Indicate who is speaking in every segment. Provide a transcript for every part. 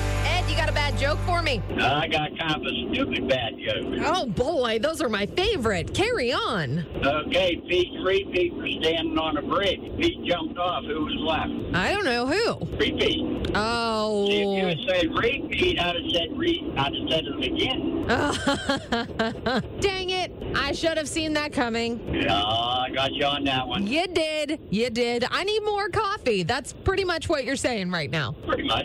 Speaker 1: Ed, you got a bad joke for me?
Speaker 2: I got kind of a stupid bad joke.
Speaker 1: Oh boy, those are my favorite. Carry on.
Speaker 2: Okay, Pete, three Pete were standing on a bridge. Pete jumped off. Who was left?
Speaker 1: I don't know who.
Speaker 2: Repeat. If you
Speaker 1: Oh.
Speaker 2: had said repeat, I'd have said re. I'd have said it again.
Speaker 1: Dang it. I should have seen that coming.
Speaker 2: Ah, I got you on that one.
Speaker 1: You did. You did. I need more coffee. That's pretty much what you're saying right now.
Speaker 2: Pretty much.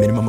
Speaker 3: Minimum